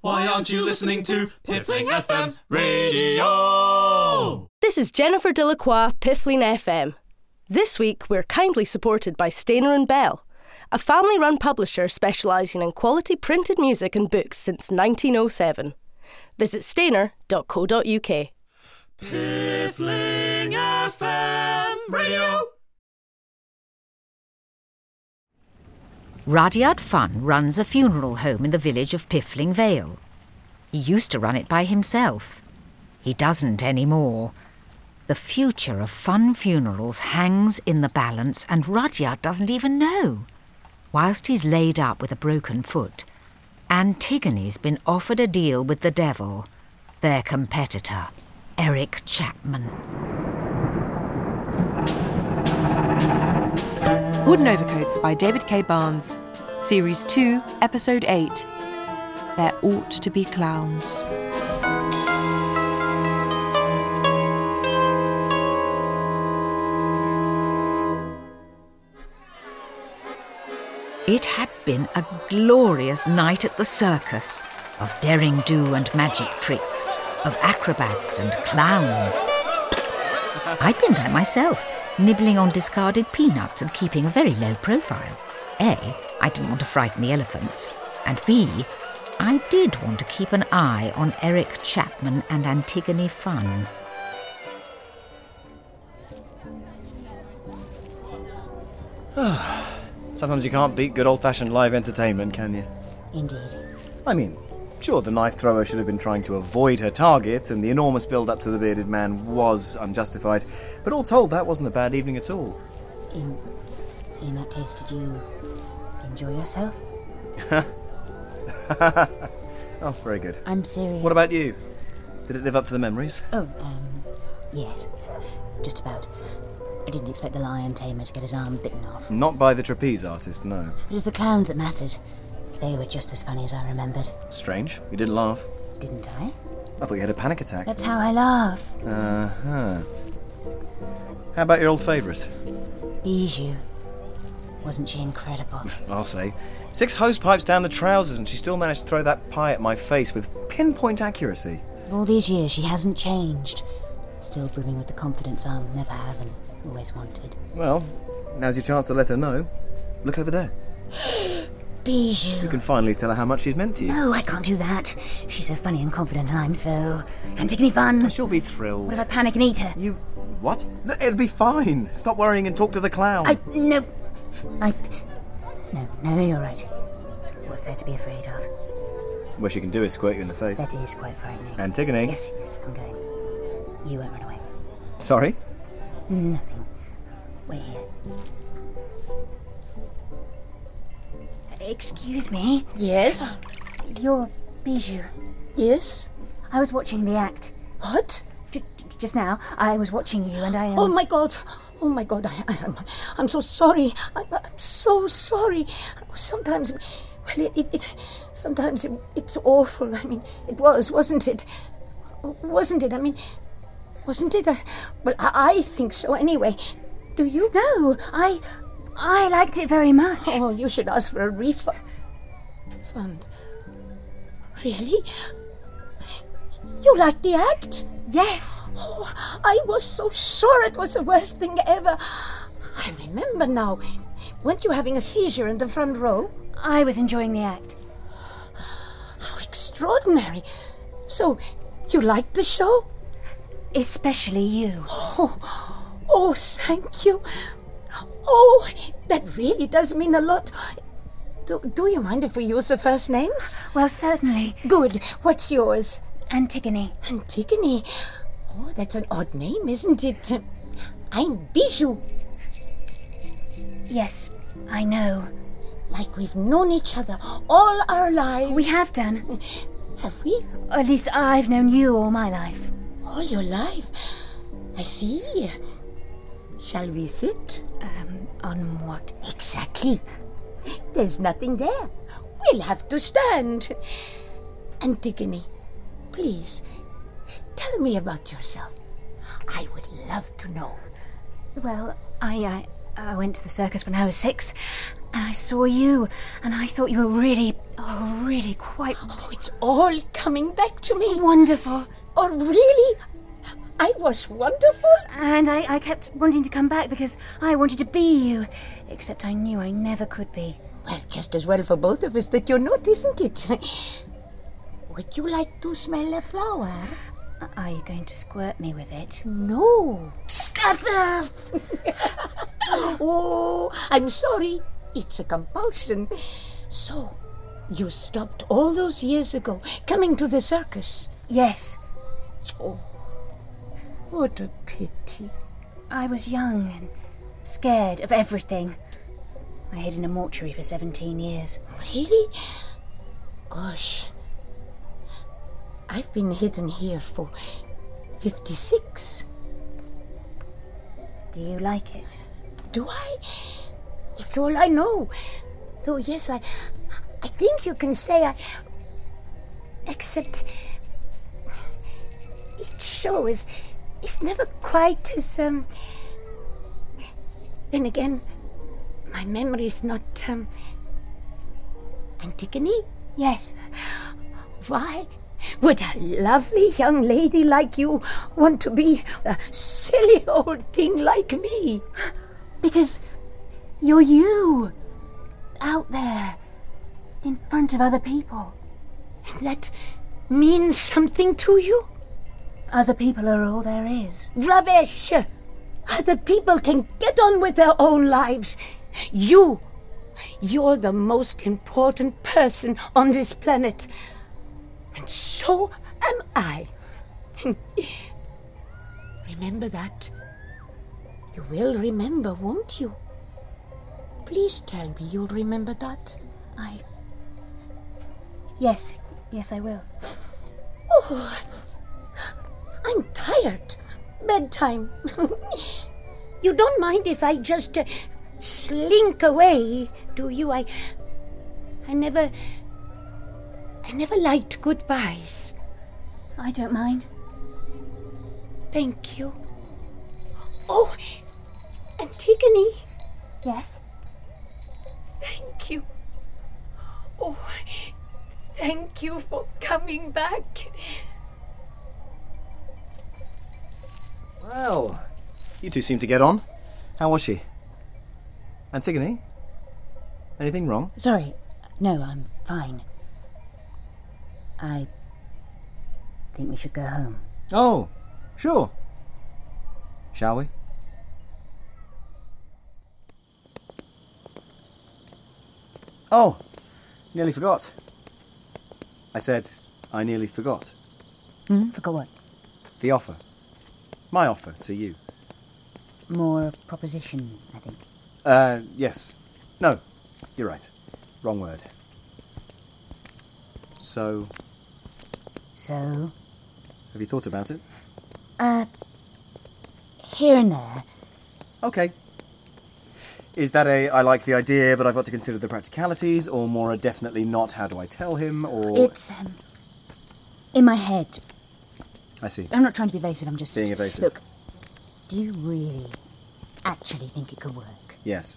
Why aren't you listening to Piffling FM Radio? This is Jennifer Delacroix, Piffling FM. This week, we're kindly supported by Stainer and Bell, a family-run publisher specialising in quality printed music and books since 1907. Visit stainer.co.uk. Piffling FM Radio. Radiad Fun runs a funeral home in the village of Piffling Vale. He used to run it by himself. He doesn't anymore. The future of fun funerals hangs in the balance, and Rudyard doesn't even know. Whilst he's laid up with a broken foot, Antigone's been offered a deal with the devil, their competitor, Eric Chapman. Wooden Overcoats by David K. Barnes, Series 2, Episode 8. There ought to be clowns. It had been a glorious night at the circus of daring do and magic tricks, of acrobats and clowns. I'd been there myself, nibbling on discarded peanuts and keeping a very low profile. A, I didn't want to frighten the elephants, and B, I did want to keep an eye on Eric Chapman and Antigone Funn. Sometimes you can't beat good old fashioned live entertainment, can you? Indeed. I mean, sure, the knife thrower should have been trying to avoid her target, and the enormous build up to the bearded man was unjustified, but all told, that wasn't a bad evening at all. In in that case, did you enjoy yourself? Oh, very good. I'm serious. What about you? Did it live up to the memories? Oh, um, yes, just about. I didn't expect the lion tamer to get his arm bitten off. Not by the trapeze artist, no. It was the clowns that mattered. They were just as funny as I remembered, Strange. You didn't laugh. didn't I? I thought you had a panic attack. That's how Oh, I laugh. Uh huh. How about your old favourite? Bijou. Wasn't she incredible? I'll say. Six hose pipes down the trousers, and she still managed to throw that pie at my face with pinpoint accuracy. All these years, she hasn't changed. Still brimming with the confidence I'll never have and always wanted. Well, now's your chance to let her know. Look over there. Bijou. You can finally tell her how much she's meant to you. No, I can't do that. She's so funny and confident, and I'm so Antigone fun. She'll be thrilled. What if I panic and eat her? You. What? No, It'll be fine. Stop worrying and talk to the clown. I no, I no, no. You're right. What's there to be afraid of? Where she can do is squirt you in the face. That is quite frightening. Antigone. Yes, yes, I'm going. You won't run away. Sorry? Nothing. We're here. Excuse me. Oh, Yes? You're Bijou. Yes? I was watching the act What? j- j- just now. I was watching you, and I am. Oh my god! Oh my god, I, I, I'm, I'm so sorry. I, I'm so sorry. Sometimes, well, it, it, it sometimes it, it's awful. I mean, it was, wasn't it? Wasn't it? I mean, wasn't it? I, well, I, I think so anyway. Do you? No, I, I liked it very much. Oh, you should ask for a refund. Fund. Really? You like the act? Yes. Oh, I was so sure it was the worst thing ever. I remember now. Weren't you having a seizure in the front row? I was enjoying the act. How extraordinary. So, you liked the show? Especially you. Oh, thank you. Oh, that really does mean a lot. Do, do you mind if we use the first names? Well, certainly. Good. What's yours? Antigone. Antigone. Oh, that's an odd name, isn't it? I'm Bijou, Yes, I know. like we've known each other all our lives. We have done. Have we? Or at least I've known you all my life. All your life. I see. Shall we sit? Um, on what? Exactly. There's nothing there. We'll have to stand. Antigone, please, tell me about yourself. I would love to know. Well, I, I, I went to the circus when I was six, and I saw you, and I thought you were really, oh, really quite Oh, it's all coming back to me. wonderful. Oh, really? I was wonderful? And I, I kept wanting to come back because I wanted to be you, except I knew I never could be. Well, just as well for both of us that you're not, isn't it? Would you like to smell a flower? Are you going to squirt me with it? No. oh, I'm sorry. It's a compulsion. So, you stopped all those years ago coming to the circus. Yes, What a pity. I was young and scared of everything. I hid in a mortuary for 17 years. Really? Gosh. I've been hidden here for 56. Do you like it? Do I? It's all I know. Though, yes, I, I think you can say I. Except, each show is, is never quite as um. Then again, my memory's not um. Antigone, Yes. why would a lovely young lady like you want to be a silly old thing like me? Because you're you. Out there. In front of other people. That means something to you? Other people are all there is. Rubbish! Other people can get on with their own lives. You, you're the most important person on this planet. And so am I. remember that. You will remember, won't you? Please tell me you'll remember that. I. Yes, yes, I will. Oh, I'm tired. Bedtime. you don't mind if I just uh, slink away, do you? I, I never, I never liked goodbyes. I don't mind. Thank you. Oh, Antigone, Yes. thank you. Oh, thank you for coming back. Well, you two seem to get on. How was she? Antigone? Anything wrong? Sorry. No, I'm fine. I think we should go home. Oh, sure. Shall we? Oh, nearly forgot. I said, I nearly forgot. Hmm? Forgot what? The offer. My offer to you. More a proposition, I think. Uh, yes. No, you're right. Wrong word. So, So, have you thought about it? uh, here and there. Okay. Is that a I like the idea, but I've got to consider the practicalities, or more a definitely not, how do I tell him, or. It's um, in my head. I see. I'm not trying to be evasive. I'm just Being evasive. Look, do you really, actually think it could work? Yes.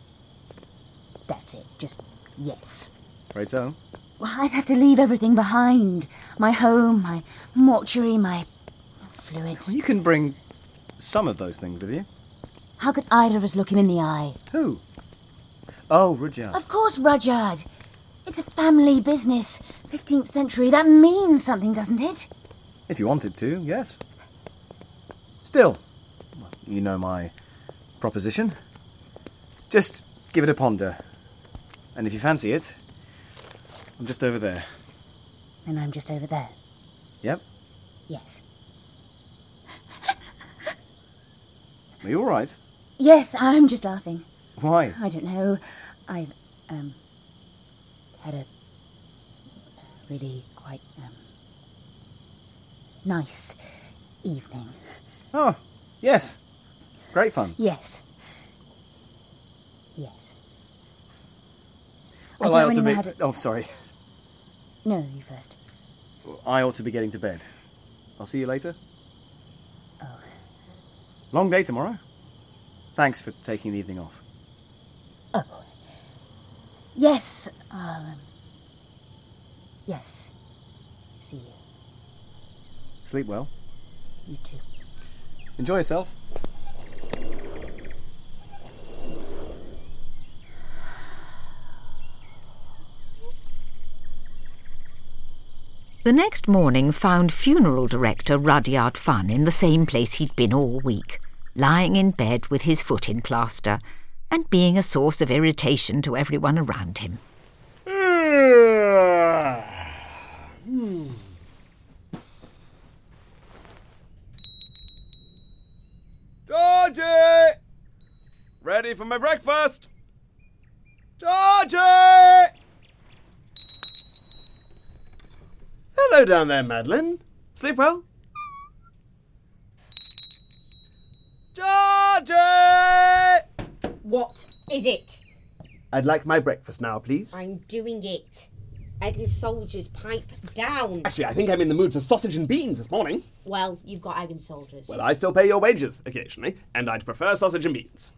That's it. Just yes. Right so. Well, I'd have to leave everything behind. My home, my mortuary, my fluids. Well, you can bring some of those things with you. How could either of us look him in the eye? Who? Oh, Rudyard. Of course, Rudyard. It's a family business. 15th century. That means something, doesn't it? If you wanted to, yes. Still, well, you know my proposition. Just give it a ponder. And if you fancy it, I'm just over there. And I'm just over there. Yep. Yes. Are you all right? Yes, I'm just laughing. Why? I don't know. I've um had a really quite um, nice evening. Oh, yes. Great fun. Yes. Yes. Well, I I don't ought to really be. know how to. Oh, sorry. No, you first. I ought to be getting to bed. I'll see you later. Oh. Long day tomorrow. Thanks for taking the evening off. Oh. Yes, I'll. Um, yes. See you. Sleep well. You too. Enjoy yourself. The next morning found funeral director Rudyard Funn in the same place he'd been all week, lying in bed with his foot in plaster and being a source of irritation to everyone around him. Georgie! Ready for my breakfast? Georgie! Hello down there, Madeline. Sleep well? Georgie! What is it? I'd like my breakfast now, please. I'm doing it. Egg and soldiers, pipe down. Actually, I think I'm in the mood for sausage and beans this morning. Well, you've got egg and soldiers. Well, I still pay your wages occasionally, and I'd prefer sausage and beans.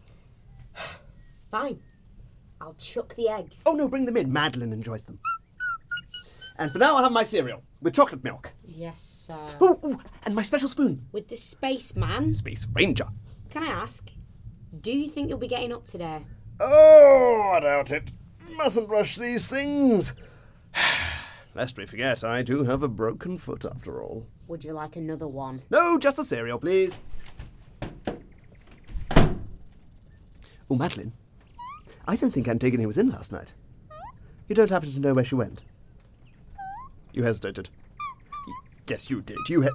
Fine. I'll chuck the eggs. Oh no, bring them in. Madeline enjoys them. And for now, I'll have my cereal with chocolate milk. Yes, sir. Ooh, ooh, and my special spoon, With the spaceman, Space Ranger. can I ask, do you think you'll be getting up today? Oh, I doubt it. Mustn't rush these things. Lest we forget, I do have a broken foot after all. Would you like another one? No, just the cereal, please. Oh, Madeline, I don't think Antigone was in last night. You don't happen to know where she went? You hesitated. Yes, you did. You he-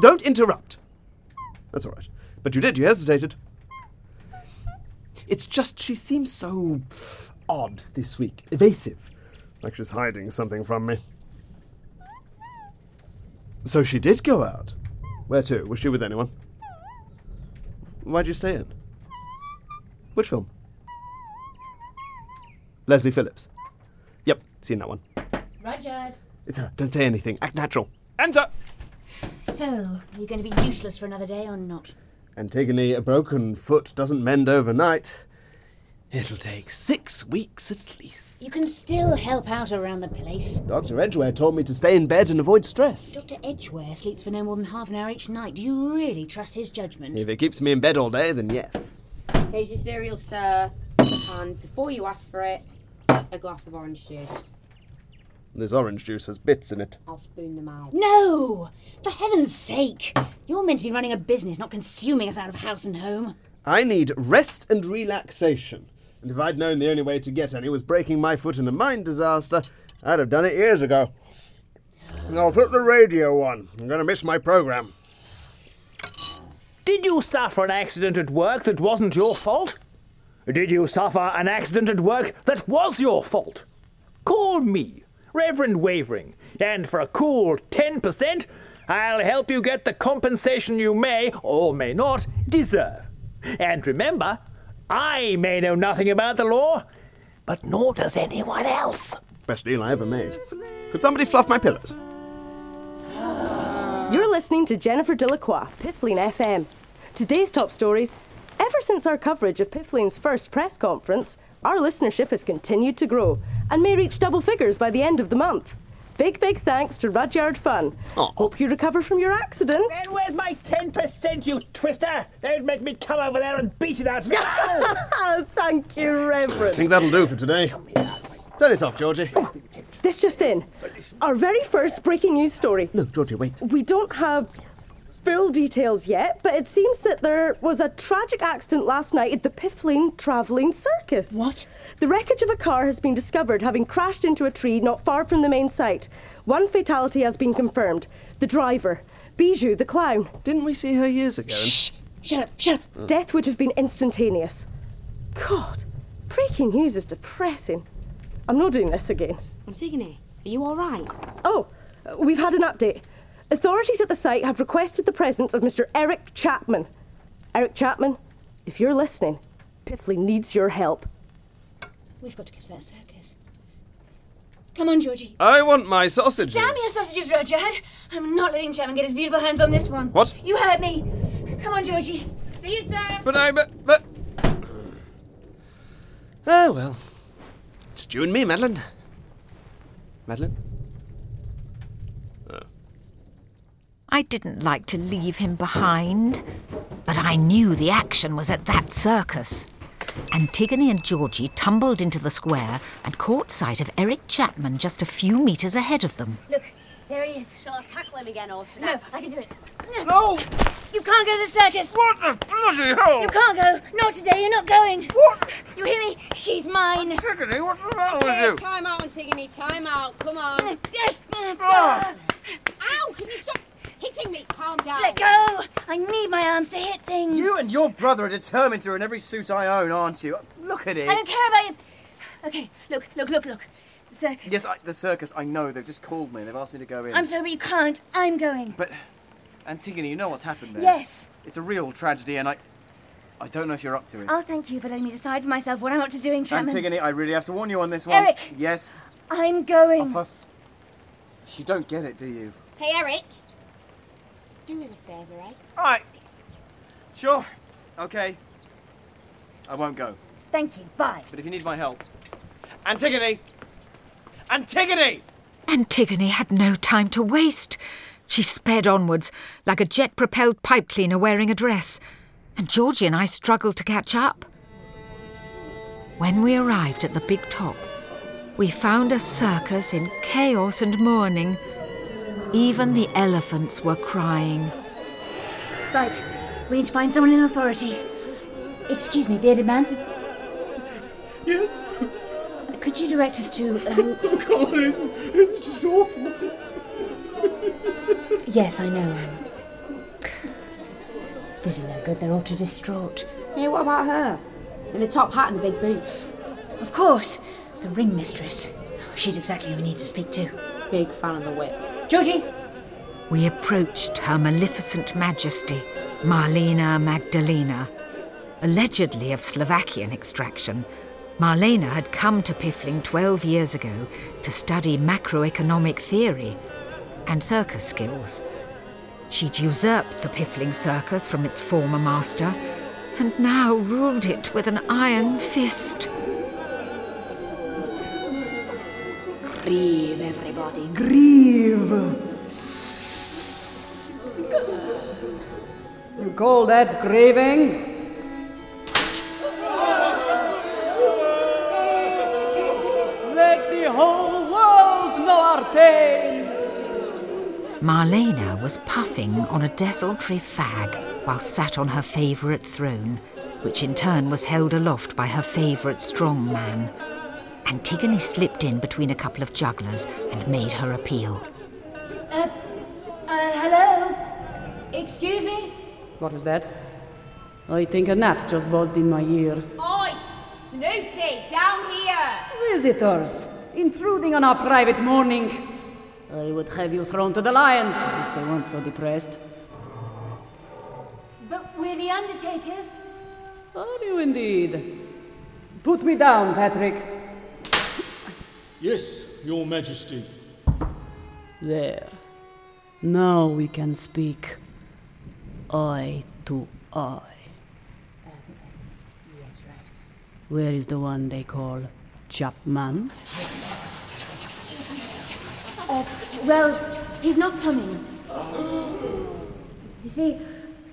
don't interrupt. That's all right. But you did. You hesitated. It's just she seems so odd this week, evasive, like she's hiding something from me. So she did go out. Where to? Was she with anyone? Why'd you stay in? Which film? Leslie Phillips. Yep, seen that one. Rudyard. It's her. Don't say anything. Act natural. Enter! So, you're going to be useless for another day or not? Antigone, a broken foot doesn't mend overnight. It'll take six weeks at least. You can still help out around the place. Dr. Edgware told me to stay in bed and avoid stress. Dr. Edgeware sleeps for no more than half an hour each night. Do you really trust his judgment? If it keeps me in bed all day, then yes. Here's your cereal, sir. And before you ask for it, a glass of orange juice. This orange juice has bits in it. I'll spoon them out. No! For heaven's sake! You're meant to be running a business, not consuming us out of house and home. I need rest and relaxation. And if I'd known the only way to get any was breaking my foot in a mine disaster, I'd have done it years ago. And I'll put the radio on. I'm going to miss my program. Did you suffer an accident at work that wasn't your fault? Did you suffer an accident at work that was your fault? Call me, Reverend Wavering, and for a cool 10%, I'll help you get the compensation you may, or may not, deserve. And remember, I may know nothing about the law, but nor does anyone else. Best deal I ever made. Could somebody fluff my pillows? You're listening to Jennifer Delacroix, Piffling FM. Today's top stories. Ever since our coverage of Piffling's first press conference, our listenership has continued to grow and may reach double figures by the end of the month. Big, big thanks to Rudyard Fun. Aw. Hope you recover from your accident. And where's my 10%, you twister? They would make me come over there and beat it out of you. Thank you, I Reverend. think that'll do for today. Turn it off, Georgie. This just in. Our very first breaking news story. No, Georgie, wait. We don't have full details yet, but it seems that there was a tragic accident last night at the Piffling Travelling Circus. What? The wreckage of a car has been discovered having crashed into a tree not far from the main site. One fatality has been confirmed the driver, Bijou the clown. Didn't we see her years ago? Shh! Shut up, shut up! Death would have been instantaneous. God, breaking news is depressing. I'm not doing this again. Antigone, are you alright? Oh, uh, we've had an update. Authorities at the site have requested the presence of Mr. Eric Chapman. Eric Chapman, if you're listening, Piffley needs your help. We've got to get to that circus. Come on, Georgie. I want my sausages. Damn your sausages, Rudyard! I'm not letting Chapman get his beautiful hands on this one. What? You heard me! Come on, Georgie. See you, sir. But I. But. but... Oh, well. It's you and me, Madeline. Madeline? I didn't like to leave him behind, but I knew the action was at that circus. Antigone and Georgie tumbled into the square and caught sight of Eric Chapman just a few metres ahead of them. Look, there he is. Shall I tackle him again or should I- No, I can do it. No! You can't go to the circus! What the bloody hell? You can't go! Not today, you're not going! What? You hear me? She's mine! Antigone, what's the matter Here, time out, Antigone, time out. Come on. Ah. Ow, can you stop hitting me? Calm down. Let go! I need my arms to hit things! You and your brother are determined to in every suit I own, aren't you? Look at it. I don't care about you! Okay, look, look, look, look. The circus. Yes, I, the circus. I know. They've just called me. They've asked me to go in. I'm sorry, but you can't. I'm going. But uh, Antigone, you know what's happened there. Yes. It's a real tragedy, and I, I don't know if you're up to it. Oh, thank you for letting me decide for myself what I'm up to doing, Chapman. Antigone, I really have to warn you on this one. Eric! Yes. I'm going. Oh, for f- you don't get it, do you? Hey, Eric. Do us a favour, eh? All right. Sure. Okay. I won't go. Thank you. Bye. But if you need my help, Antigone. Antigone. Antigone had no time to waste. She sped onwards like a jet propelled pipe cleaner wearing a dress, and Georgie and I struggled to catch up. When we arrived at the big top, we found a circus in chaos and mourning. Even the elephants were crying. Right. We need to find someone in authority. Excuse me, bearded man. Yes. Could you direct us to. Um... Oh God, it's, it's just awful. yes, I know. This is no good. They're all too distraught. Hey, what about her? In the top hat and the big boots. Of course. The ring mistress. She's exactly who we need to speak to. Big fan of the whip. Georgie! We approached Her Maleficent Majesty, Marlena Magdalena. Allegedly of Slovakian extraction, Marlena had come to Piffling 12 years ago to study macroeconomic theory and circus skills. She'd usurped the Piffling Circus from its former master and now ruled it with an iron fist. Grieve, everybody, grieve. You call that grieving? Let the whole world know our pain. Marlena was puffing on a desultory fag while sat on her favourite throne, which in turn was held aloft by her favourite strong man. Antigone slipped in between a couple of jugglers and made her appeal. Uh, uh, hello? Excuse me? What was that? I think a gnat just buzzed in my ear. Oi! Snooty, down here! Visitors, intruding on our private mourning. I would have you thrown to the lions if they weren't so depressed. But we're the Undertakers. Are you indeed? Put me down, Patrick. Yes, Your Majesty. There. Now we can speak. Eye to eye. Yes, right. Where is the one they call Chapman? Uh, well, he's not coming. You see,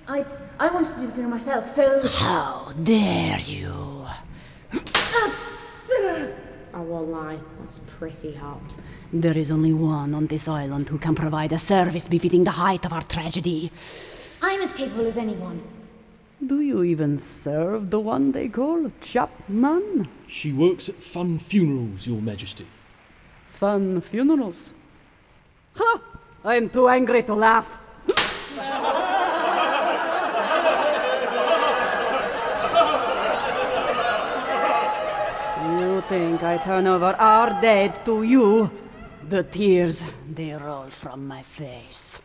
I I wanted to do the funeral myself, so. How dare you! I won't lie, that's pretty hot. There is only one on this island who can provide a service befitting the height of our tragedy. I'm as capable as anyone. Do you even serve the one they call Chapman? She works at Fun Funerals, Your Majesty. Fun funerals. Ha! I'm too angry to laugh. You think I turn over our dead to you? The tears, they roll from my face.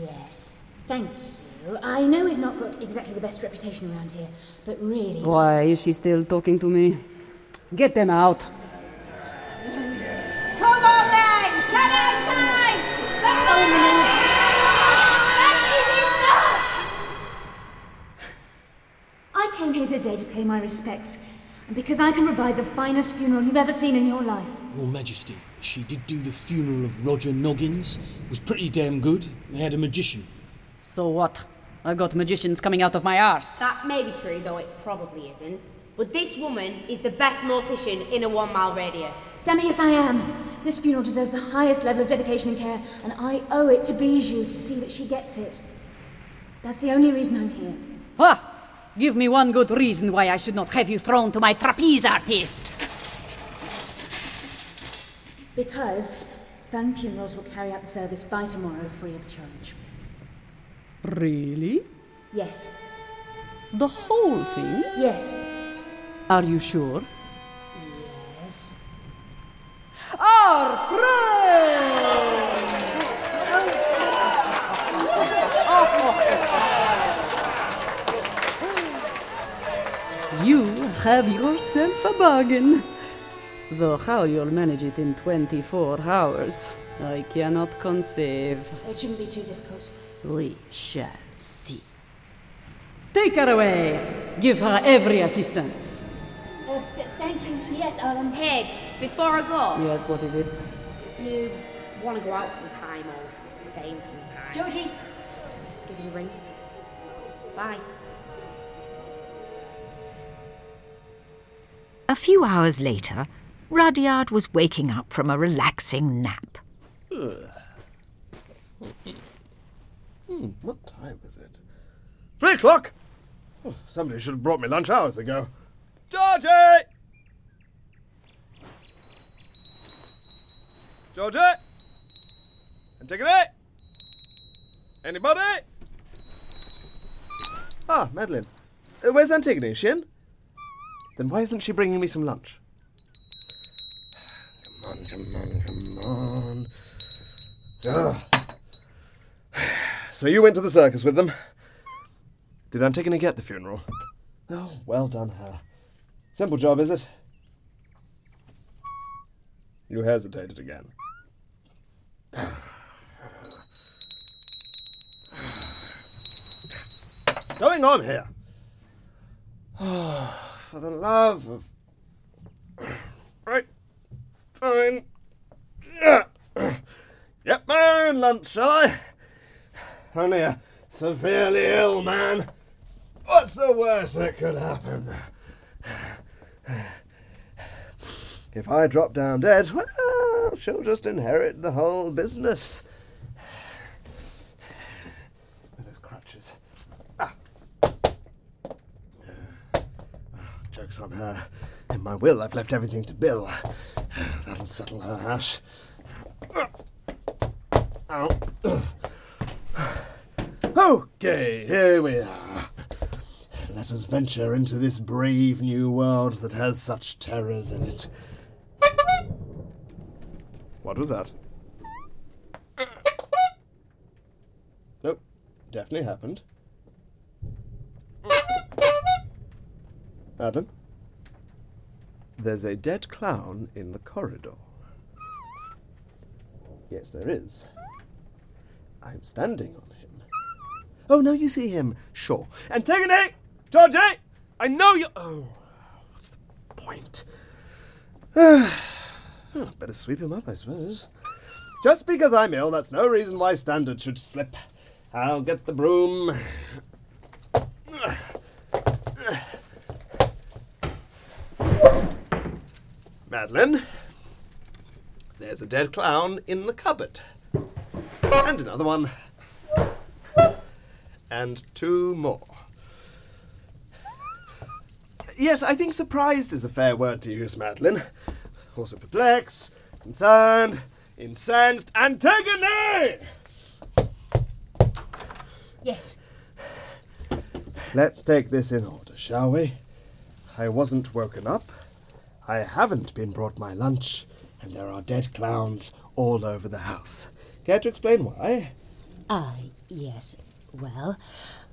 Yes, thank you. I know we've not got exactly the best reputation around here, but really. Why is she still talking to me? Get them out. Come on then! Ten out of ten! I came here today to pay my respects. Because I can provide the finest funeral you've ever seen in your life. Your Majesty, she did do the funeral of Roger Noggins. It was pretty damn good. They had a magician. So what? I got magicians coming out of my arse. That may be true, though it probably isn't. But this woman is the best mortician in a one mile radius. Damn it, yes, I am. This funeral deserves the highest level of dedication and care, and I owe it to Bijou to see that she gets it. That's the only reason I'm here. Ha! Give me one good reason why I should not have you thrown to my trapeze artist. Because Fun Funerals will carry out the service by tomorrow free of charge. Really? Yes, The whole thing? yes, Are you sure? yes. Our friend! You have yourself a bargain. Though how you'll manage it in 24 hours, I cannot conceive. It shouldn't be too difficult. We shall see. Take her away! Give her every assistance. Oh, thank you. Yes, Alan. Hey, before I go, Yes, what is it? you want to go out sometime or stay in sometime? Georgie! Give us a ring. Bye. A few hours later, Rudyard was waking up from a relaxing nap. Hmm, what time is it? Three o'clock! Oh, somebody should have brought me lunch hours ago. Georgie! Georgie! Antigone! Anybody? Ah, Madeline. Uh, where's Antigone? Is she in? Then why isn't she bringing me some lunch? Come on, come on, come on. Ugh. So you went to the circus with them. Did Antigone get the funeral? Oh, well done, her. Simple job, is it? You hesitated again. What's going on here? For the love of. Right. Fine. Yeah. Get my own lunch, shall I? Only a severely ill man. What's the worst that could happen? If I drop down dead, well, she'll just inherit the whole business. With those crutches. Ah. Joke's on her. In my will, I've left everything to Bill. That'll settle her hash. Ow. Okay, here we are. Let us venture into this brave new world that has such terrors in it. What was that? Nope, definitely happened. Adam? There's a dead clown in the corridor. Yes, there is. I'm standing on him. Oh, now you see him. Sure. Antigone! Georgie! I know you. Oh, what's the point? Oh, better sweep him up, I suppose. Just because I'm ill, that's no reason why standards should slip. I'll get the broom. Madeline, there's a dead clown in the cupboard. And another one. And two more. Yes, I think surprised is a fair word to use, Madeline. Also perplexed, concerned, incensed, Antigone! Yes. Let's take this in order, shall we? I wasn't woken up. I haven't been brought my lunch, and there are dead clowns all over the house. Care to explain why? Ah, yes. Well,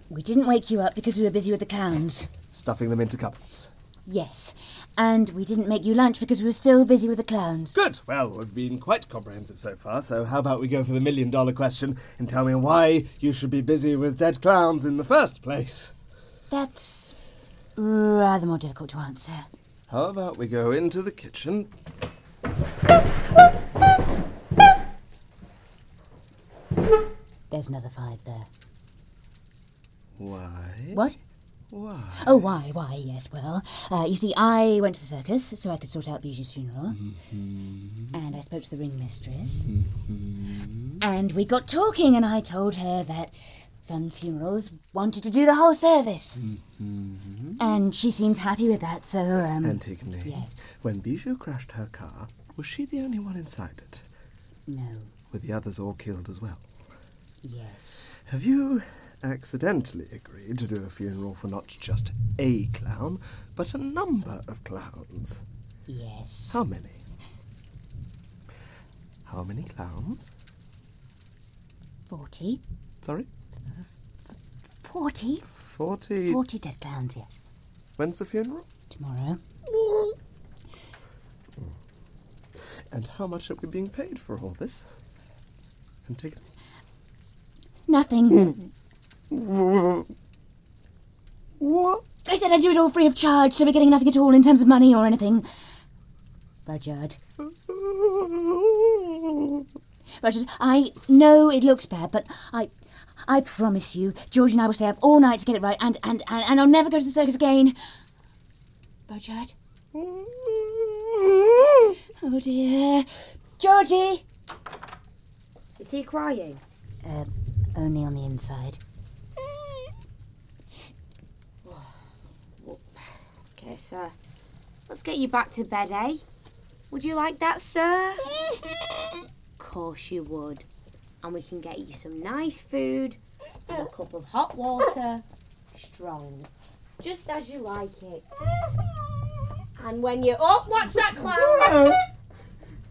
we didn't wake you up because we were busy with the clowns. Stuffing them into cupboards. Yes. And we didn't make you lunch because we were still busy with the clowns. Good. Well, we've been quite comprehensive so far, so how about we go for the million dollar question and tell me why you should be busy with dead clowns in the first place? That's rather more difficult to answer. How about we go into the kitchen? There's another five there. Why? What? Why? Oh, why, why, yes, well, uh, you see, I went to the circus so I could sort out Bijou's funeral. And I spoke to the ringmistress. And we got talking, and I told her that Fun Funerals wanted to do the whole service. And she seemed happy with that, so, um. Antigone. Yes. When Bijou crashed her car, was she the only one inside it? No. Were the others all killed as well? Yes. Have you accidentally agreed to do a funeral for not just a clown, but a number of clowns? Yes. How many? How many clowns? 40? Sorry? 40? Forty. 40 dead clowns, yes. When's the funeral? Hmm. Tomorrow. And how much are we being paid for all this? Antigone? Nothing. Oh. What? I said I'd do it all free of charge, so we're getting nothing at all in terms of money or anything. Rudyard. Rudyard, I know it looks bad, but I. I promise you, George and I will stay up all night to get it right, and, and, and, and I'll never go to the circus again. Rudyard? Oh dear. Georgie! Is he crying? Uh, only on the inside. Okay, sir. Let's get you back to bed, eh? Would you like that, sir? course you would. And we can get you some nice food and a cup of hot water. Strong. Just as you like it. And when you oh watch that clown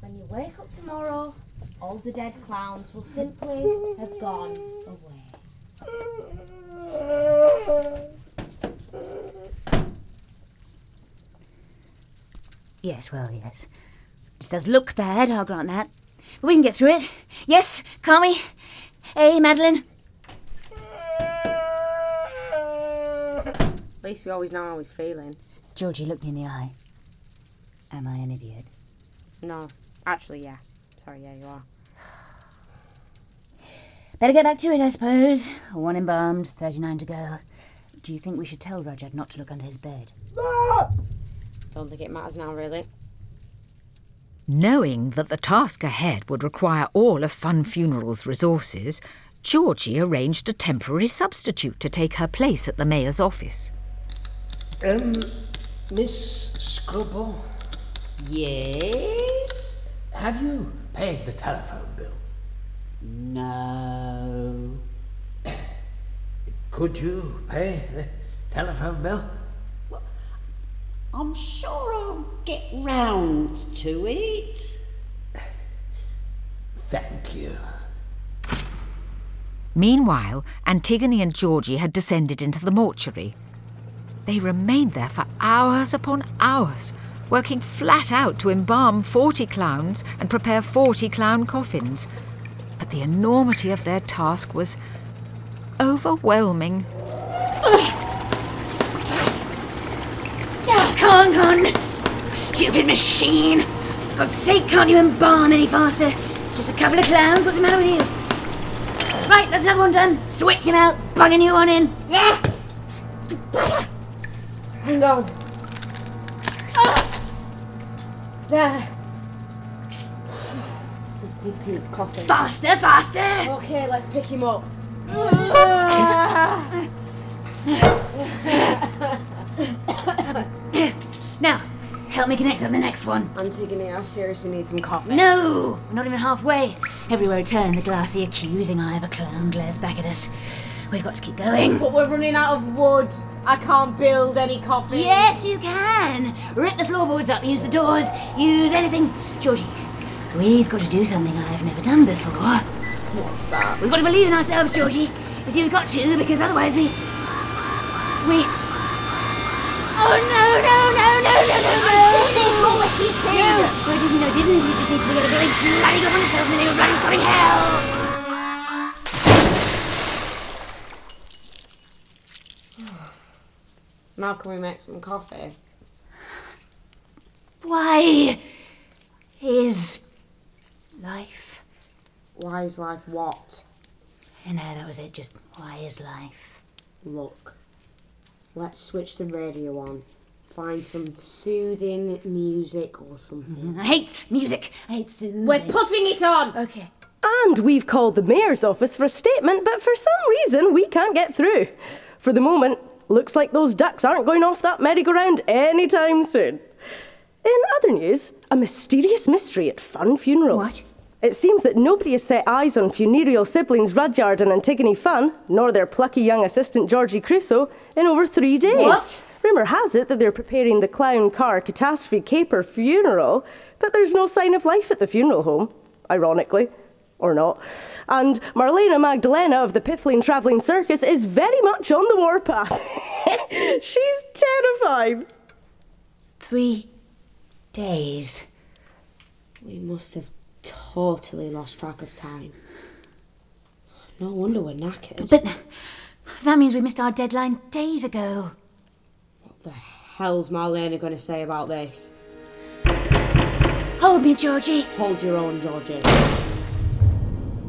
When you wake up tomorrow, all the dead clowns will simply have gone away. Ah. Yes, well, yes. This does look bad, I'll grant that. But we can get through it. Yes, can't we? Hey, Madeline. At least we always know how he's feeling. Georgie, look me in the eye. Am I an idiot? No. Actually, yeah. Sorry, yeah, you are. Better get back to it, I suppose. One embalmed, 39 to go. Do you think we should tell Rudyard not to look under his bed? Don't think it matters now, really. Knowing that the task ahead would require all of Fun Funeral's resources, Georgie arranged a temporary substitute to take her place at the mayor's office. Um, Miss Scrubble? Yes? Have you paid the telephone bill? No. Could you pay the telephone bill? I'm sure I'll get round to it. Thank you. Meanwhile, Antigone and Georgie had descended into the mortuary. They remained there for hours upon hours, working flat out to embalm 40 clowns and prepare 40 clown coffins. But the enormity of their task was overwhelming. Ah, Come on, come on! Stupid machine! For God's sake, can't you embalm any faster? It's just a couple of clowns, what's the matter with you? Right, that's another one done. Switch him out, bung a new one in. Hang on. There. It's the 15th coffin. Faster, faster! Okay, let's pick him up. Now, help me connect on the next one. Antigone, I seriously need some coffee. No! I'm not even halfway. Everywhere we turn, the glassy, accusing eye of a clown glares back at us. We've got to keep going. But we're running out of wood. I can't build any coffee. Yes, you can! Rip the floorboards up, use the doors, use anything. Georgie, we've got to do something I've never done before. What's that? We've got to believe in ourselves, Georgie. You see, we've got to, because otherwise we. We. Oh no, no, no, no, no, no, no! No! Well, I didn't know, didn't you? Just need to get a very bloody good one yourself and then you're bloody sorry hell! Now can we make some coffee? Why is life? Why is life what? I know that was it. Just why is life? Look, let's switch the radio on. Find some soothing music or something. I hate music. I hate soothing. We're putting it on! Okay. And we've called the mayor's office for a statement, but for some reason we can't get through. For the moment, looks like those ducks aren't going off that merry-go-round anytime soon. In other news, a mysterious mystery at Fun Funerals. What? It seems that nobody has set eyes on funereal siblings Rudyard and Antigone Fun, nor their plucky young assistant Georgie Crusoe, in over three days. What? Rumour has it that they're preparing the clown car catastrophe caper funeral, but there's no sign of life at the funeral home, ironically, or not. And Marlena Magdalena of the Piffling Travelling Circus is very much on the warpath. She's terrified. Three days. We must have totally lost track of time. No wonder we're knackered. But that means we missed our deadline days ago. What the hell's Marlena going to say about this? Hold me, Georgie. Hold your own, Georgie.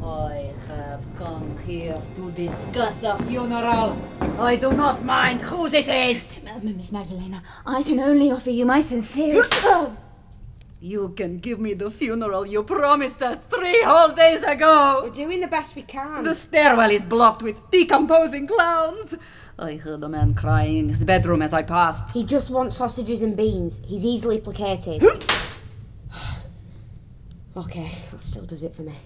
I have come here to discuss a funeral. I do not mind whose it is. Miss Magdalena, I can only offer you my sincerest. You can give me the funeral you promised us three whole days ago. We're doing the best we can. The stairwell is blocked with decomposing clowns. I heard a man crying in his bedroom as I passed. He just wants sausages and beans. He's easily placated. okay, that still does it for me.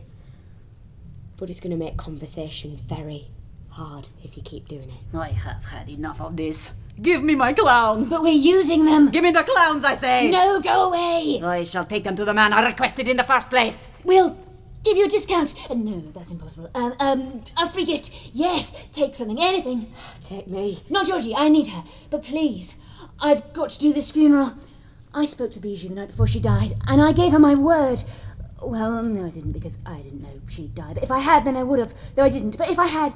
But it's going to make conversation very hard if you keep doing it. I have had enough of this. Give me my clowns. But we're using them. Give me the clowns, I say. No, go away. I shall take them to the man I requested in the first place. We'll give you a discount. Uh, no, that's impossible. Um, um, a free gift. Yes, take something, anything. Take me. Not Georgie, I need her. But please, I've got to do this funeral. I spoke to Bijou the night before she died, and I gave her my word. Well, no, I didn't, because I didn't know she'd die. But if I had, then I would have, though I didn't. But if I had,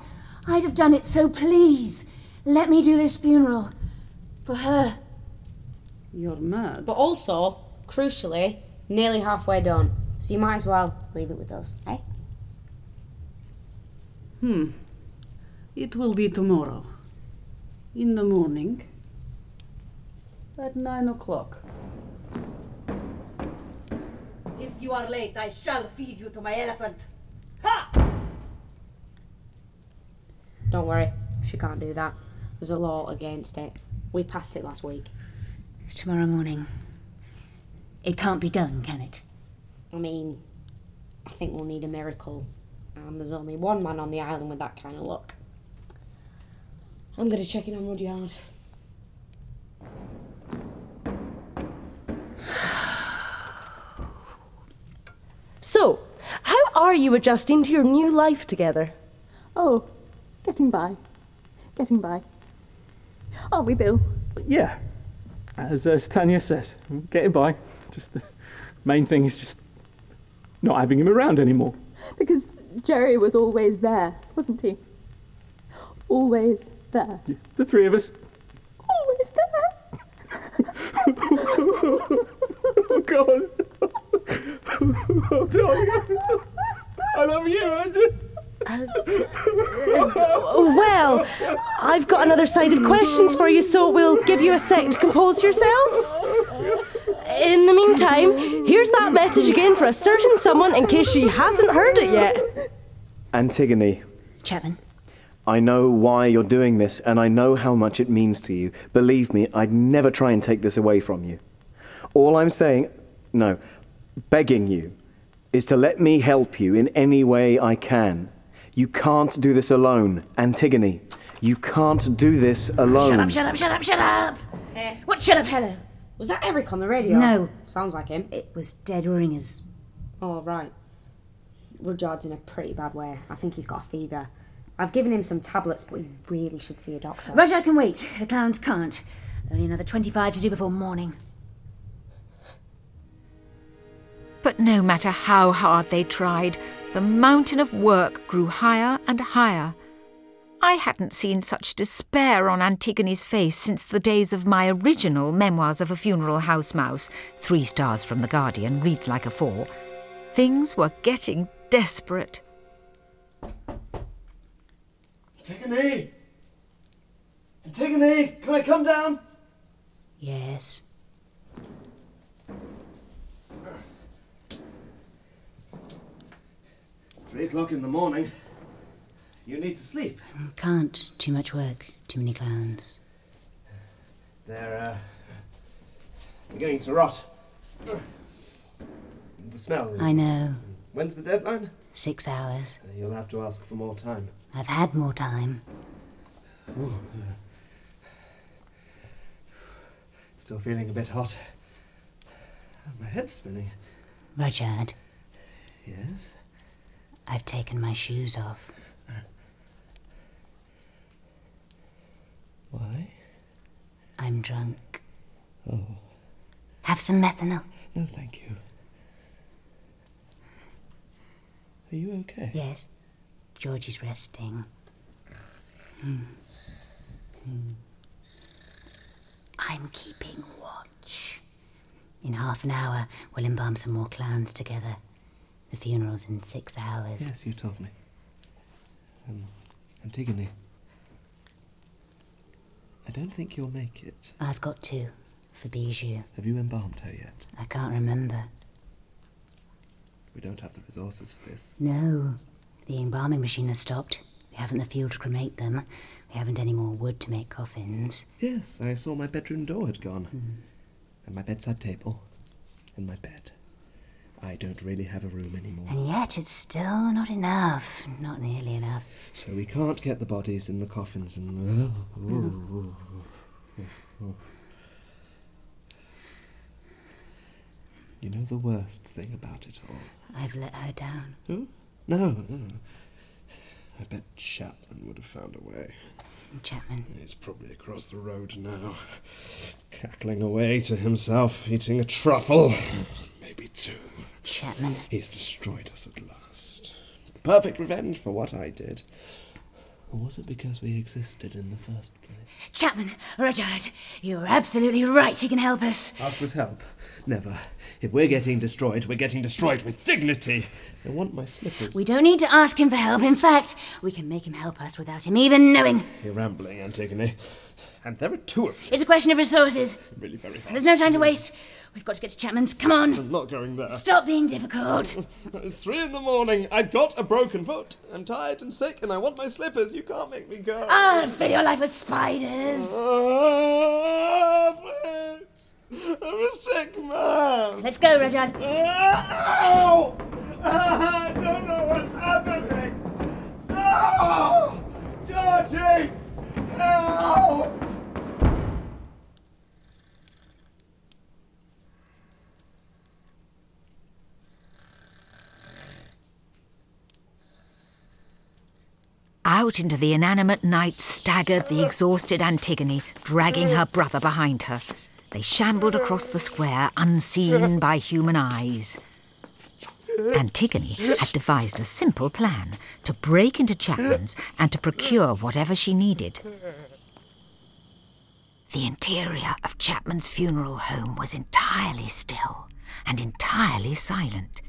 I'd have done it, so please, let me do this funeral. For her. You're mad. But also, crucially, nearly halfway done. So you might as well leave it with us, eh? Hmm. It will be tomorrow. In the morning. At nine o'clock. If you are late, I shall feed you to my elephant. Don't worry, she can't do that. There's a law against it. We passed it last week. Tomorrow morning. It can't be done, can it? I mean, I think we'll need a miracle. And there's only one man on the island with that kind of luck. I'm gonna check in on Rudyard. So, how are you adjusting to your new life together? Oh, getting by. Getting by. Are we, Bill? Yeah, as, as Tanya says, getting by. Just the main thing is just not having him around anymore. Because Jerry was always there, wasn't he? Always there. The three of us. Always there. oh God! oh, Tanya, I love you, Andrew. Oh, Well, I've got another side of questions for you, so we'll give you a sec to compose yourselves. In the meantime, here's that message again for a certain someone in case she hasn't heard it yet. Antigone, Chapman. I know why you're doing this, and I know how much it means to you. Believe me, I'd never try and take this away from you. All I'm saying, no, begging you, is to let me help you in any way I can. You can't do this alone, Antigone. You can't do this alone. Shut up, shut up, shut up, shut up! Eh. What shut up, hello? Was that Eric on the radio? No. Sounds like him. It was dead ringers. Oh, right. Rudyard's in a pretty bad way. I think he's got a fever. I've given him some tablets, but he really should see a doctor. Roger can wait. The clowns can't. Only another 25 to do before morning. But no matter how hard they tried, the mountain of work grew higher and higher. I hadn't seen such despair on Antigone's face since the days of my original Memoirs of a Funeral House Mouse, three stars from The Guardian, read like a four. Things were getting desperate. Antigone! Antigone, can I come down? Yes. It's three o'clock in the morning. You need to sleep. Can't. Too much work. Too many clowns. They're, uh, beginning to rot. The smell. I know. When's the deadline? Uh, Six hours. You'll have to ask for more time. I've had more time. Ooh, uh, still feeling a bit hot. My head's spinning. Rudyard, Yes? I've taken my shoes off. Why? I'm drunk. Oh. Have some methanol. No, thank you. Are you okay? Yes. George is resting. Hmm. Hmm. I'm keeping watch. In half an hour, we'll embalm some more clowns together. The funeral's in six hours. Yes, you told me. Um, Antigone. I don't think you'll make it. I've got two for Bijou. Have you embalmed her yet? I can't remember. We don't have the resources for this. No, the embalming machine has stopped. We haven't the fuel to cremate them. We haven't any more wood to make coffins. Yes, I saw my bedroom door had gone. Hmm. And my bedside table. And my bed. I don't really have a room anymore. And yet it's still not enough. Not nearly enough. So we can't get the bodies in the coffins and the. You know the worst thing about it all? I've let her down. Who? No, no. I bet Chapman would have found a way. Chapman? He's probably across the road now, cackling away to himself, eating a truffle. Maybe two. Chapman? He's destroyed us at last. Perfect revenge for what I did. Or was it because we existed in the first place? Chapman, Rudyard, you are absolutely right. He can help us. Ask for help? Never. If we're getting destroyed, we're getting destroyed with dignity. I want my slippers. We don't need to ask him for help. In fact, we can make him help us without him even knowing. You're rambling, Antigone. And there are two of you. It's a question of resources. Really very hard. There's no time to waste. We've got to get to Chapman's. Come on. I'm not going there. Stop being difficult. It's three in the morning. I've got a broken foot. I'm tired and sick, and I want my slippers. You can't make me go. I'll fill Ah, your life with spiders. Ah, please. I'm a sick man. Let's go, Rudyard. Ow! Ah, I don't know what's happening. No! Georgie! Help! Out into the inanimate night staggered the exhausted Antigone, dragging her brother behind her. They shambled across the square, unseen by human eyes. Antigone had devised a simple plan to break into Chapman's and to procure whatever she needed. The interior of Chapman's funeral home was entirely still and entirely silent.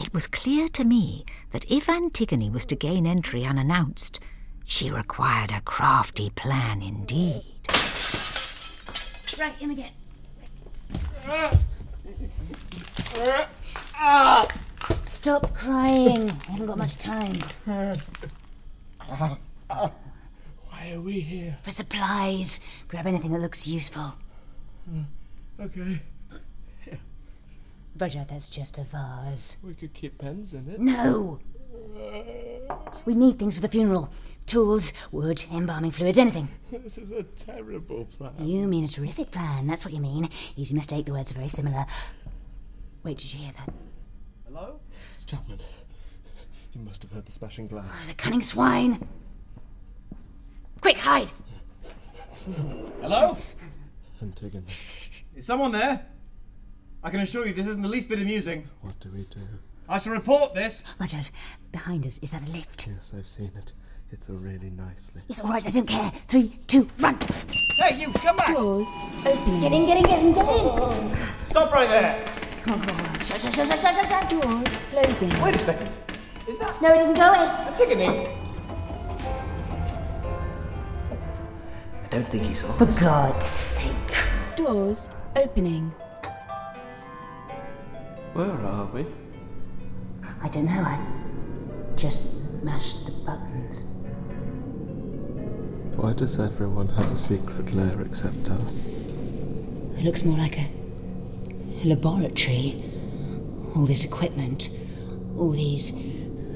It was clear to me that if Antigone was to gain entry unannounced, she required a crafty plan indeed. Right, in again. Stop crying. We haven't got much time. Why are we here? For supplies, grab anything that looks useful. Okay. Roger, that's just a vase. We could keep pens in it. No! We need things for the funeral tools, wood, embalming fluids, anything. This is a terrible plan. You mean a terrific plan, that's what you mean. Easy mistake, the words are very similar. Wait, did you hear that? Hello? It's Chapman. You must have heard the smashing glass. Ah, The cunning swine! Quick, hide! Hello? Antigone, Is someone there? I can assure you this isn't the least bit amusing. what do we do? I shall report this. Rudyard, behind us, is that a lift? Yes, I've seen it. It's a really nice lift. It's all right, I don't care. Three, two, run. Hey, you, come back. Oh. Doors opening. Get in, get in, get in, Oh, get in. Stop right there. Come on, come on. Shut, shut, shut, shut, shut, shut, shut. Doors closing. Wait a second. Is that? No, it isn't going. I'm taking it. I don't think he saw For God's sake. Doors opening. Where are we? I don't know. I just mashed the buttons. Why does everyone have a secret lair except us? It looks more like a, a laboratory. All this equipment, all these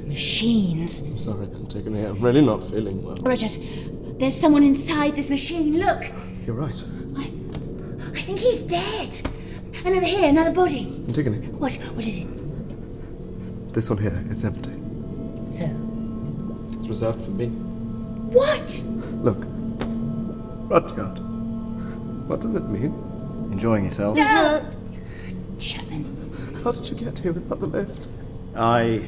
machines. I'm sorry, Antigone. I'm really not feeling well. Rudyard, there's someone inside this machine. Look, You're right. I think he's dead. And over here, another body. Antigone, What? What is it? this one here, it's empty. So, It's reserved for me. what? Look. Rudyard. What does it mean? Enjoying yourself? No. Chapman. How did you get here without the lift? I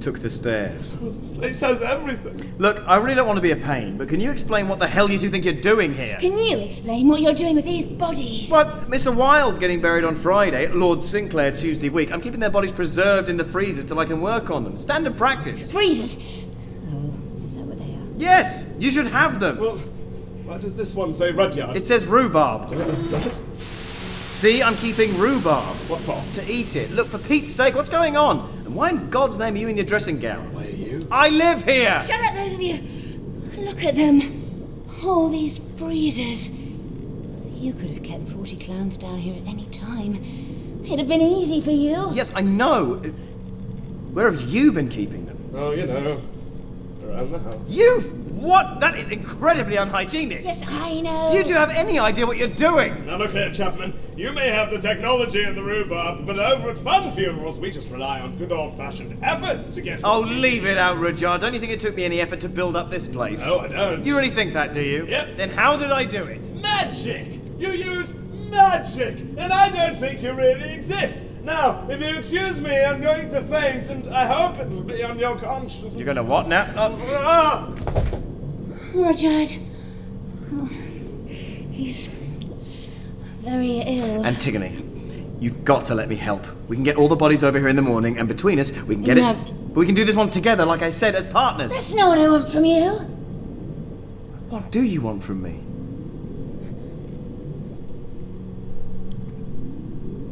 took the stairs. This place has everything. Look, I really don't want to be a pain, but can you explain what the hell you two think you're doing here? Can you explain what you're doing with these bodies? What? Mr. Wilde's getting buried on Friday, Lord Sinclair Tuesday week. I'm keeping their bodies preserved in the freezers till I can work on them. Standard practice. Freezers. Oh, is that what they are? Yes, you should have them. Well, why does this one say Rudyard? It says rhubarb. Does it? See, I'm keeping rhubarb. What for? To eat it. Look, for Pete's sake, what's going on? And why in God's name are you in your dressing gown? Why are you? I live here! Shut up, both of you. Look at them. All these freezers. You could have kept 40 clowns down here at any time. It'd have been easy for you. Yes, I know. Where have you been keeping them? Oh, you know. Around the house. You? What? That is incredibly unhygienic. Yes, I know. Do you two have any idea what you're doing? Now look here, Chapman. You may have the technology and the rhubarb, but over at fun funerals, we just rely on good old-fashioned efforts to get. Oh, leave it out, Rudyard. Don't you think it took me any effort to build up this place? No, I don't. You really think that, do you? Yep. Then how did I do it? Magic! You use magic, and I don't think you really exist. Now, if you excuse me, I'm going to faint, and I hope it'll be on your conscience. You're gonna what now? Oh, Ah! Rudyard. Oh, he's very ill. Antigone, you've got to let me help. We can get all the bodies over here in the morning, and between us, we can get No. it. We can do this one together, like I said, as partners. That's not what I want from you. What do you want from me?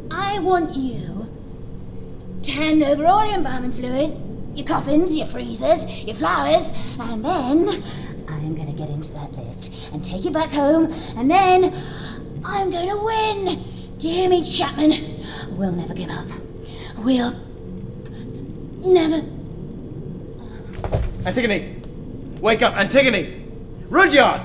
I want you to hand over all your embalming fluid, your coffins, your freezers, your flowers, and then I'm going to get into that lift and take you back home, and then I'm going to win. Do you hear me, Chapman? We'll never give up. We'll never. Antigone! Wake up, Antigone! Rudyard!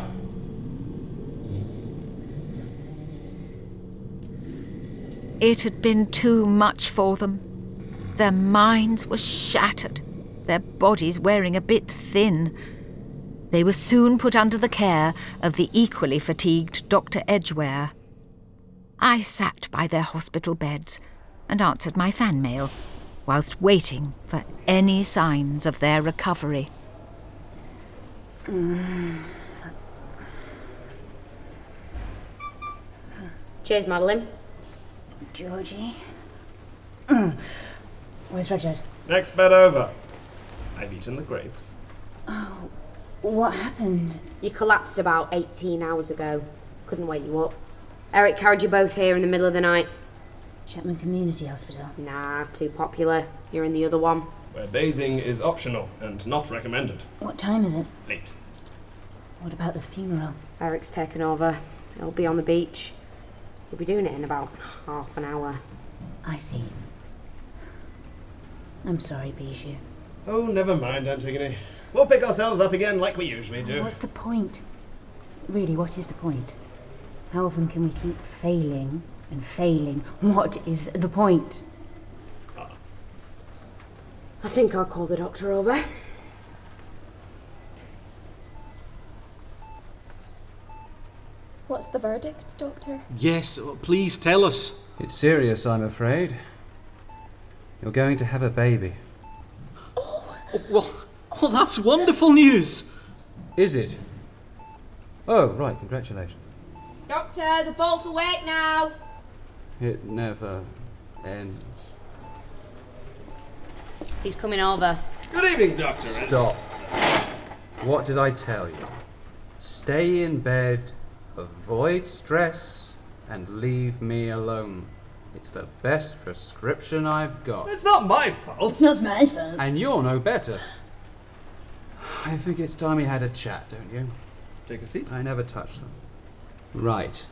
It had been too much for them. Their minds were shattered, their bodies wearing a bit thin. They were soon put under the care of the equally fatigued Dr. Edgeware. I sat by their hospital beds and answered my fan mail, whilst waiting for any signs of their recovery. Cheers, Madeline. Georgie? Where's Rudyard? Next bed over. I've eaten the grapes. Oh, what happened? You collapsed about 18 hours ago. Couldn't wake you up. Eric carried you both here in the middle of the night. Chapman Community Hospital. Nah, too popular. You're in the other one. Where bathing is optional and not recommended. What time is it? Late. What about the funeral? Eric's taken over. He'll be on the beach. He'll be doing it in about half an hour. I see. I'm sorry, Bijou. Oh, never mind, Antigone. We'll pick ourselves up again like we usually do. What's the point? Really, what is the point? How often can we keep failing and failing? What is the point? I think I'll call the doctor over. What's the verdict, Doctor? Yes, please oh, tell us. It's serious, I'm afraid. You're going to have a baby. Well, well, that's wonderful news. Is it? Oh, right, congratulations. Doctor, they're both awake now. It never ends. He's coming over. Good evening, Doctor. Stop. What did I tell you? Stay in bed, avoid stress, and leave me alone. It's the best prescription I've got. It's not my fault. It's not my fault. And you're no better. I think it's time we had a chat, don't you? Take a seat. I never touched them. Right.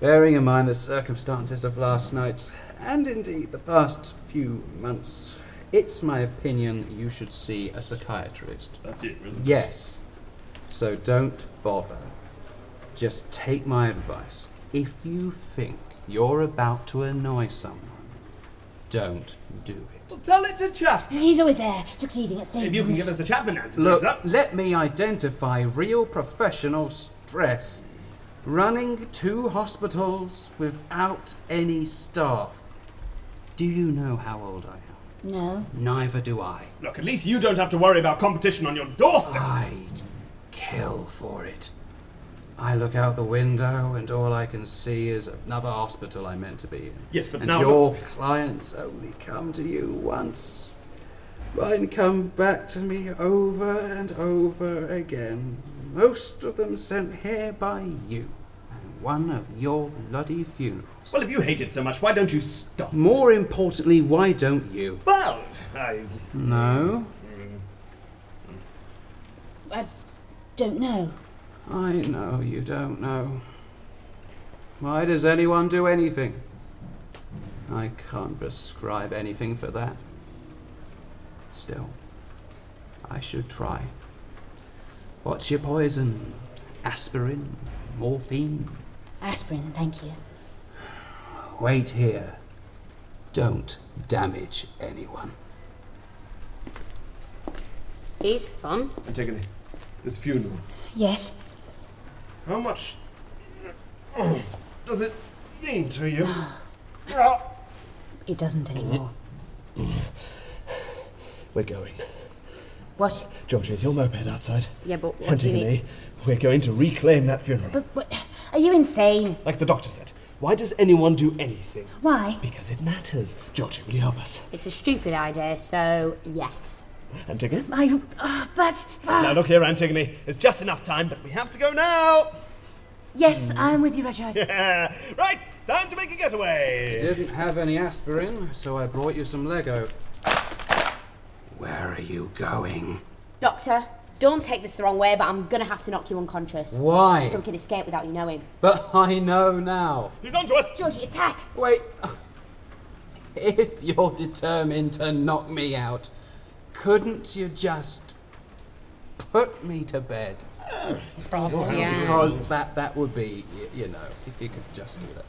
Bearing in mind the circumstances of last night, and indeed the past few months, it's my opinion you should see a psychiatrist. That's it, isn't it? Yes. So don't bother. Just take my advice. If you think you're about to annoy someone, don't do it. Well, tell it to Chap. He's always there, succeeding at things. If you can give us a Chapman answer Look, to that. let me identify real professional stress. Running two hospitals without any staff. Do you know how old I am? No. Neither do I. Look, at least you don't have to worry about competition on your doorstep. I'd kill for it. I look out the window and all I can see is another hospital I meant to be in. Yes, but and now- your clients only come to you once. Mine come back to me over and over again. Most of them sent here by you. And one of your bloody funerals. Well, if you hate it so much, why don't you stop? More importantly, why don't you? Well, I. No. I don't know. I know you don't know. Why does anyone do anything? I can't prescribe anything for that. Still, I should try. What's your poison? Aspirin? Morphine? Aspirin, thank you. Wait here. Don't damage anyone. He's fun. Antigone, this funeral. Yes. How much does it mean to you? Oh. It doesn't anymore. We're going. What? George, is your moped outside? Yeah, but Antigone, we're going to reclaim that funeral. But, but are you insane? Like the doctor said, why does anyone do anything? Why? Because it matters. Georgie, will you help us? It's a stupid idea, so yes. Antigone? I. Oh, but. ah. Now look here, Antigone. There's just enough time, but we have to go now. Yes, I'm with you, Rudyard. Yeah. Right, time to make a getaway. You didn't have any aspirin, so I brought you some Lego. Where are you going? Doctor, don't take this the wrong way, but I'm gonna have to knock you unconscious. Why? So we can escape without you knowing. But I know now. He's onto us! Georgie, attack! Wait. If you're determined to knock me out, couldn't you just put me to bed? possible. Yeah. Because that that would be, y- you know, if you could just do that.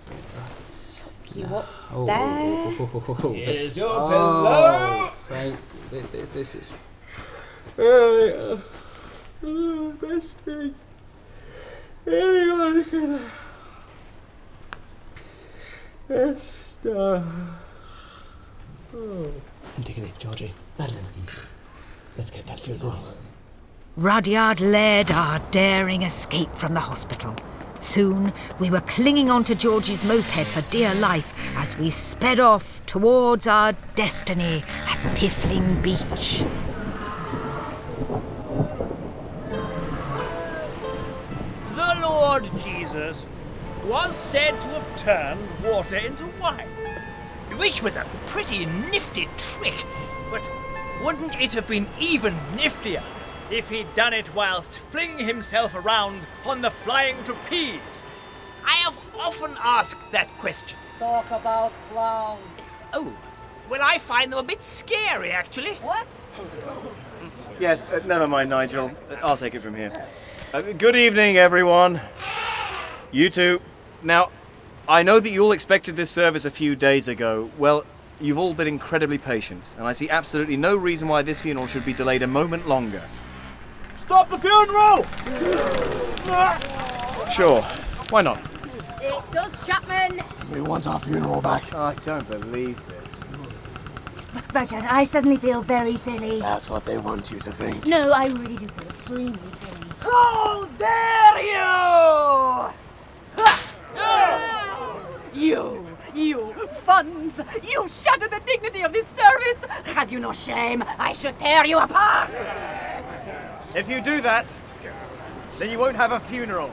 Chuck you up Oh, there. Here's your oh, Thank you. Thi- thi- This, is. Oh, yeah. Oh, best thing anyone could have. Just, uh, oh. Antigone, Georgie, Madeline. Let's get that funeral. Rudyard led our daring escape from the hospital. Soon, we were clinging onto George's moped for dear life as we sped off towards our destiny at Piffling Beach. The Lord Jesus was said to have turned water into wine, which was a pretty nifty trick, but wouldn't it have been even niftier if he'd done it whilst flinging himself around on the flying trapeze? I have often asked that question. Talk about clowns. Oh, well, I find them a bit scary, actually. What? Yes, uh, never mind, Nigel. Uh, I'll take it from here. Uh, good evening, everyone. You two. Now, I know that you all expected this service a few days ago. Well, you've all been incredibly patient, and I see absolutely no reason why this funeral should be delayed a moment longer. Stop the funeral! Sure, why not? It's us, Chapman. We want our funeral back. I don't believe this. Rudyard, I suddenly feel very silly. That's what they want you to think. No, I really do feel extremely silly. How dare you! You, you, funds! You shatter the dignity of this service! Have you no shame? I should tear you apart! If you do that, then you won't have a funeral.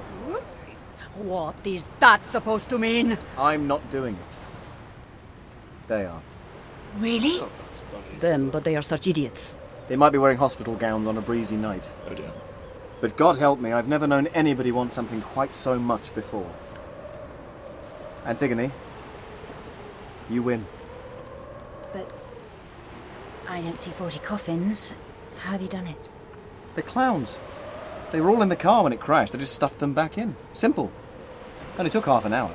What is that supposed to mean? I'm not doing it. They are. Really? Them, but they are such idiots. They might be wearing hospital gowns on a breezy night. Oh dear. But God help me, I've never known anybody want something quite so much before. Antigone, you win. But I don't see 40 coffins. How have you done it? The clowns. They were all in the car when it crashed. I just stuffed them back in. Simple. Only took half an hour.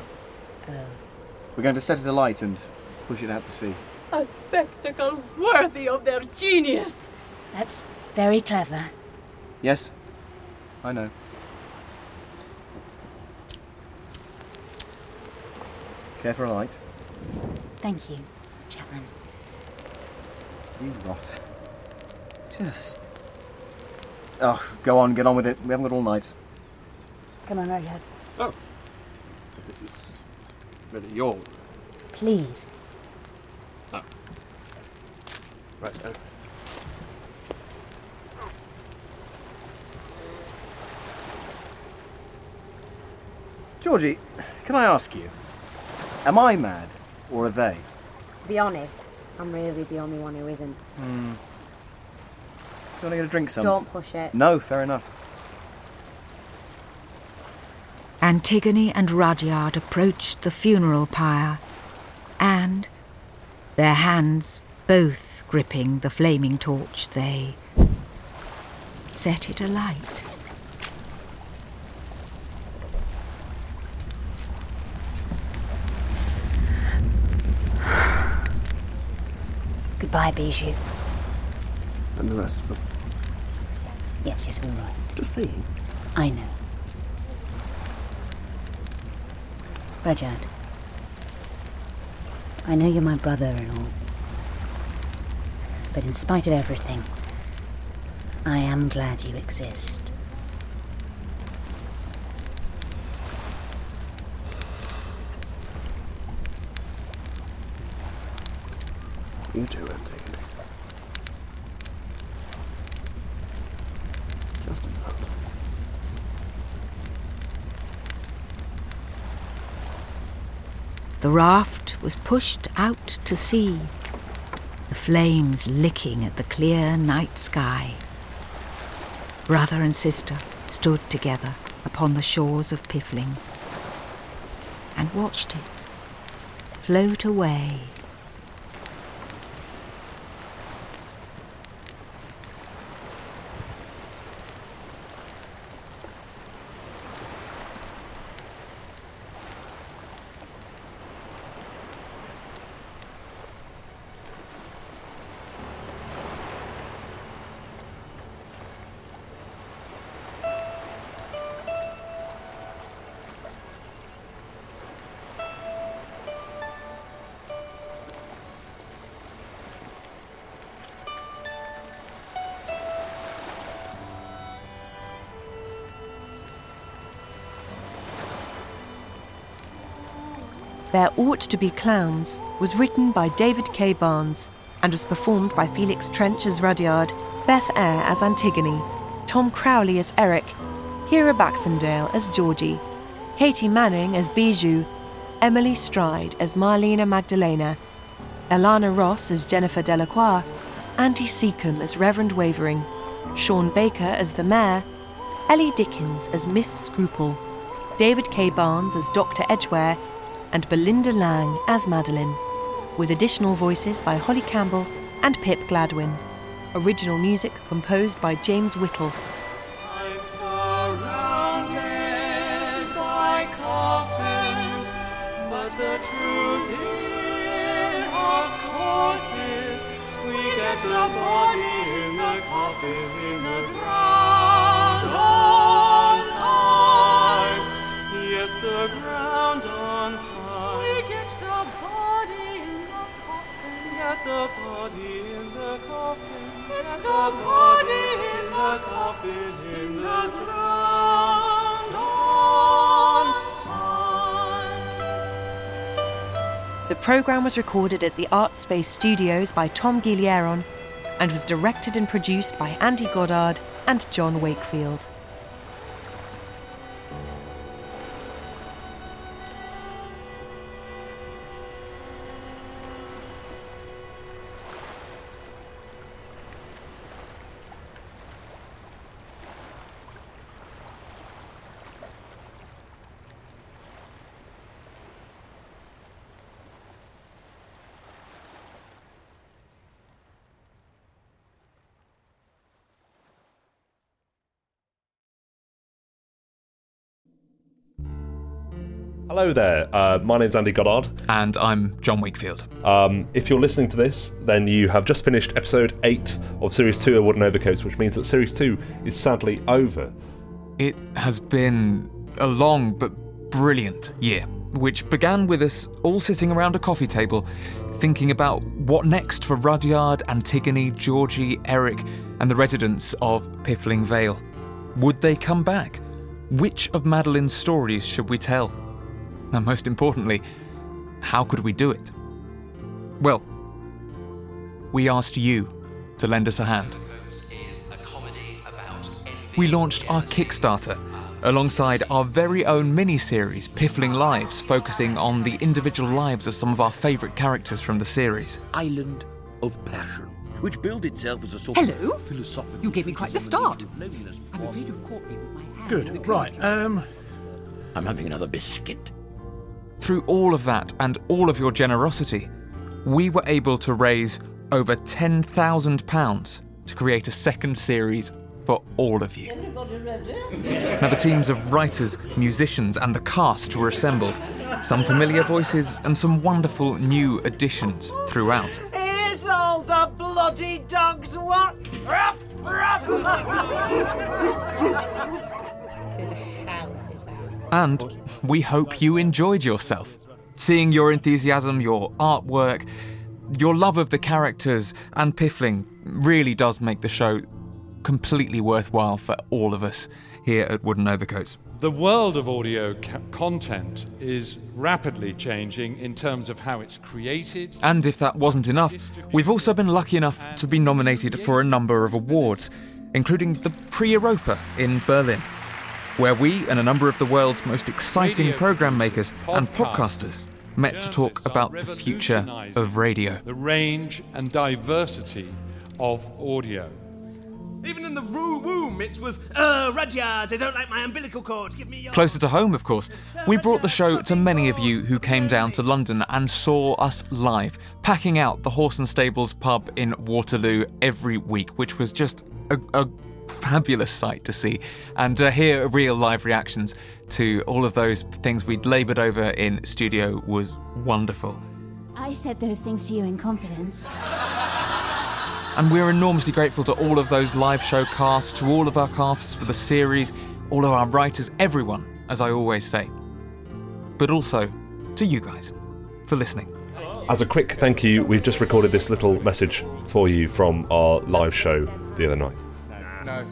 Oh. We're going to set it alight and push it out to sea. A spectacle worthy of their genius. That's very clever. Yes, I know. Care for a light? Thank you, Chapman. You rot. Just. Oh, go on, get on with it. We haven't got all night. Come on, Rudyard. Oh. This is really your. Please. Right, oh. Georgie, can I ask you? Am I mad, or are they? To be honest, I'm really the only one who isn't. Hmm. You want to get a drink, some? Don't push it. No, fair enough. Antigone and Rudyard approached the funeral pyre, and, their hands both gripping the flaming torch, they set it alight. Goodbye, Bijou. And the rest of them. Yes, yes, all right. Just saying. I know. Rudyard, I know you're my brother and all, but in spite of everything, I am glad you exist. You too, Antigone. Just a moment. The raft was pushed out to sea, the flames licking at the clear night sky. Brother and sister stood together upon the shores of Piffling and watched it float away. There Ought to Be Clowns was written by David K. Barnes and was performed by Felix Trench as Rudyard, Beth Eyre as Antigone, Tom Crowley as Eric, Kira Baxendale as Georgie, Katie Manning as Bijou, Emily Stride as Marlena Magdalena, Elana Ross as Jennifer Delacroix, Andy Seacombe as Reverend Wavering, Sean Baker as the Mayor, Ellie Dickens as Miss Scruple, David K. Barnes as Dr. Edgware, and Belinda Lang as Madeline, with additional voices by Holly Campbell and Pip Gladwin. Original music composed by James Whittle. I'm surrounded by coffins, but the truth here, of course, is we get a body in the coffin in the ground on time. Yes, the ground on time. We get the body in the coffin, get the body The programme was recorded at the Art Space Studios by Tom Guilleron and was directed and produced by Andy Goddard and John Wakefield. Hello there. Uh, my name's Andy Goddard. And I'm John Wakefield. Um, if you're listening to this, then you have just finished episode 8 of Series 2 of Wooden Overcoats, which means that Series 2 is sadly over. It has been a long but brilliant year, which began with us all sitting around a coffee table thinking about what next for Rudyard, Antigone, Georgie, Eric, and the residents of Piffling Vale. Would they come back? Which of Madeline's stories should we tell? And most importantly, how could we do it? Well, we asked you to lend us a hand. We launched our Kickstarter alongside our very own mini series, Piffling Lives, focusing on the individual lives of some of our favourite characters from the series. Island of Passion, which billed itself as a sort Hello? of philosophical. You gave me quite the treatise on start. the nature of loneliness, I'm poverty. afraid you've caught me with my hand. The Good, culture. um. I'm having another biscuit. Through all of that and all of your generosity, we were able to raise over £10,000 to create a second series for all of you. Now, the teams of writers, musicians, and the cast were assembled, some familiar voices and some wonderful new additions throughout. Here's all the bloody dogs what? Ruff, ruff. Who the hell is that? And we hope you enjoyed yourself. Seeing your enthusiasm, your artwork, your love of the characters and Piffling really does make the show completely worthwhile for all of us here at Wooden Overcoats. The world of audio ca- content is rapidly changing in terms of how it's created. And if that wasn't enough, we've also been lucky enough to be nominated for a number of awards, including the Prix Europa in Berlin, where we and a number of the world's most exciting Radio programme makers and podcasters met to talk about the future of radio. The range and diversity of audio. Even in the roo womb, it was, uh, Rudyard, I don't like my umbilical cord. Give me your. Closer to home, of course, we brought the show to many of you who came down to London and saw us live, packing out the Horse and Stables pub in Waterloo every week, which was just a, a fabulous sight to see and to hear real live reactions to all of those things we'd laboured over in studio was wonderful. I said those things to you in confidence. And we're enormously grateful to all of those live show casts, to all of our casts for the series, all of our writers, everyone, as I always say. But also to you guys for listening. As a quick thank you, we've just recorded this little message for you from our live show the other night. No.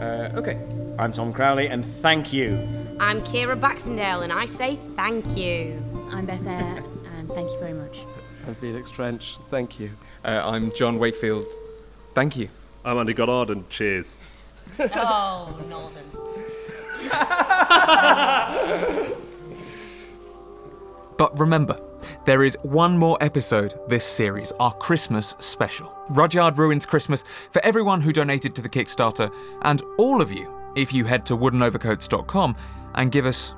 Uh, okay. I'm Tom Crowley, and thank you. I'm Kira Baxendale and I say thank you. I'm Beth Eyre, and thank you very much. I'm Felix Trench, thank you. Uh, I'm John Wakefield, thank you. I'm Andy Goddard, and cheers. oh, Northern. But remember, there is one more episode this series, our Christmas special. Rudyard Ruins Christmas for everyone who donated to the Kickstarter, and all of you if you head to woodenovercoats.com and give us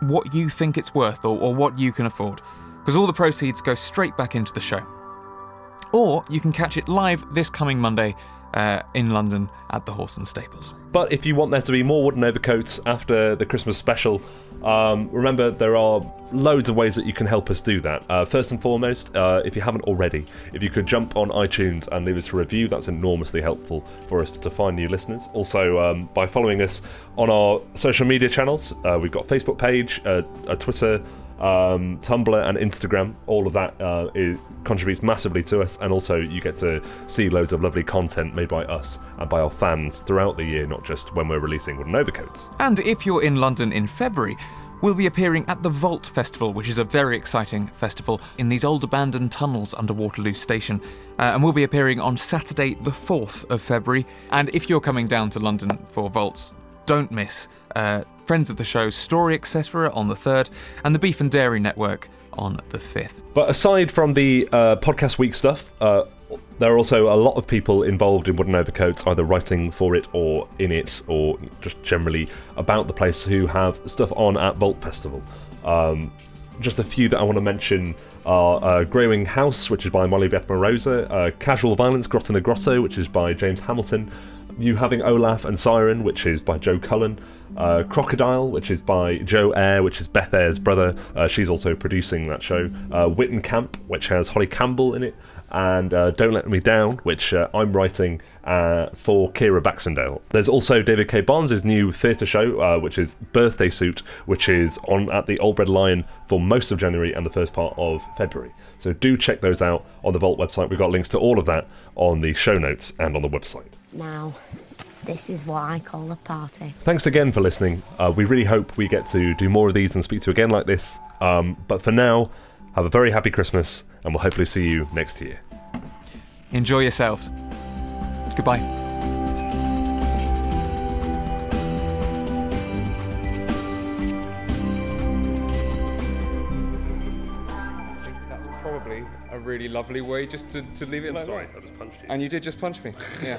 what you think it's worth or, or what you can afford, because all the proceeds go straight back into the show. Or you can catch it live this coming Monday uh, in London at the Horse and Staples. But if you want there to be more wooden overcoats after the Christmas special, um, remember there are loads of ways that you can help us do that. Uh, first and foremost, uh, if you haven't already, if you could jump on iTunes and leave us a review, that's enormously helpful for us to find new listeners. Also, um, by following us on our social media channels, uh, we've got a Facebook page, uh, a Twitter, um, Tumblr and Instagram. All of that uh, is, contributes massively to us, and also you get to see loads of lovely content made by us and by our fans throughout the year, not just when we're releasing Wooden Overcoats. And if you're in London in February, will be appearing at the Vault Festival, which is a very exciting festival in these old abandoned tunnels under Waterloo Station, uh, and will be appearing on Saturday, the 4th of February. And if you're coming down to London for Vaults, don't miss uh, Friends of the Show, Story Etc. on the 3rd, and the Beef and Dairy Network on the 5th. But aside from the uh, podcast week stuff, uh, there are also a lot of people involved in Wooden Overcoats, either writing for it or in it, or just generally about the place, who have stuff on at Vault Festival. Um, just a few that I want to mention are uh, Growing House, which is by Molly Beth Morosa, uh, Casual Violence, Grot in the Grotto, which is by James Hamilton, You Having Olaf and Siren, which is by Joe Cullen, uh, Crocodile, which is by Joe Eyre, which is Beth Eyre's brother. Uh, she's also producing that show. Uh, Witten Camp, which has Holly Campbell in it, and uh, Don't Let Me Down, which uh, I'm writing uh, for Kira Baxendale. There's also David K. Barnes' new theatre show, uh, which is Birthday Suit, which is on at the Old Red Lion for most of January and the first part of February. So do check those out on the Vault website. We've got links to all of that on the show notes and on the website. Now, this is what I call a party. Thanks again for listening. Uh, we really hope we get to do more of these and speak to you again like this. Um, but for now, have a very happy Christmas, and we'll hopefully see you next year. Enjoy yourselves. Goodbye. I think that's probably a really lovely way just to, to leave it like Sorry, that. I just punched you. And you did just punch me. Yeah.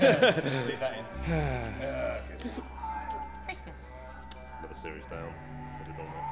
Leave that in. Uh, Ah. Christmas. Let the series down. Put it on.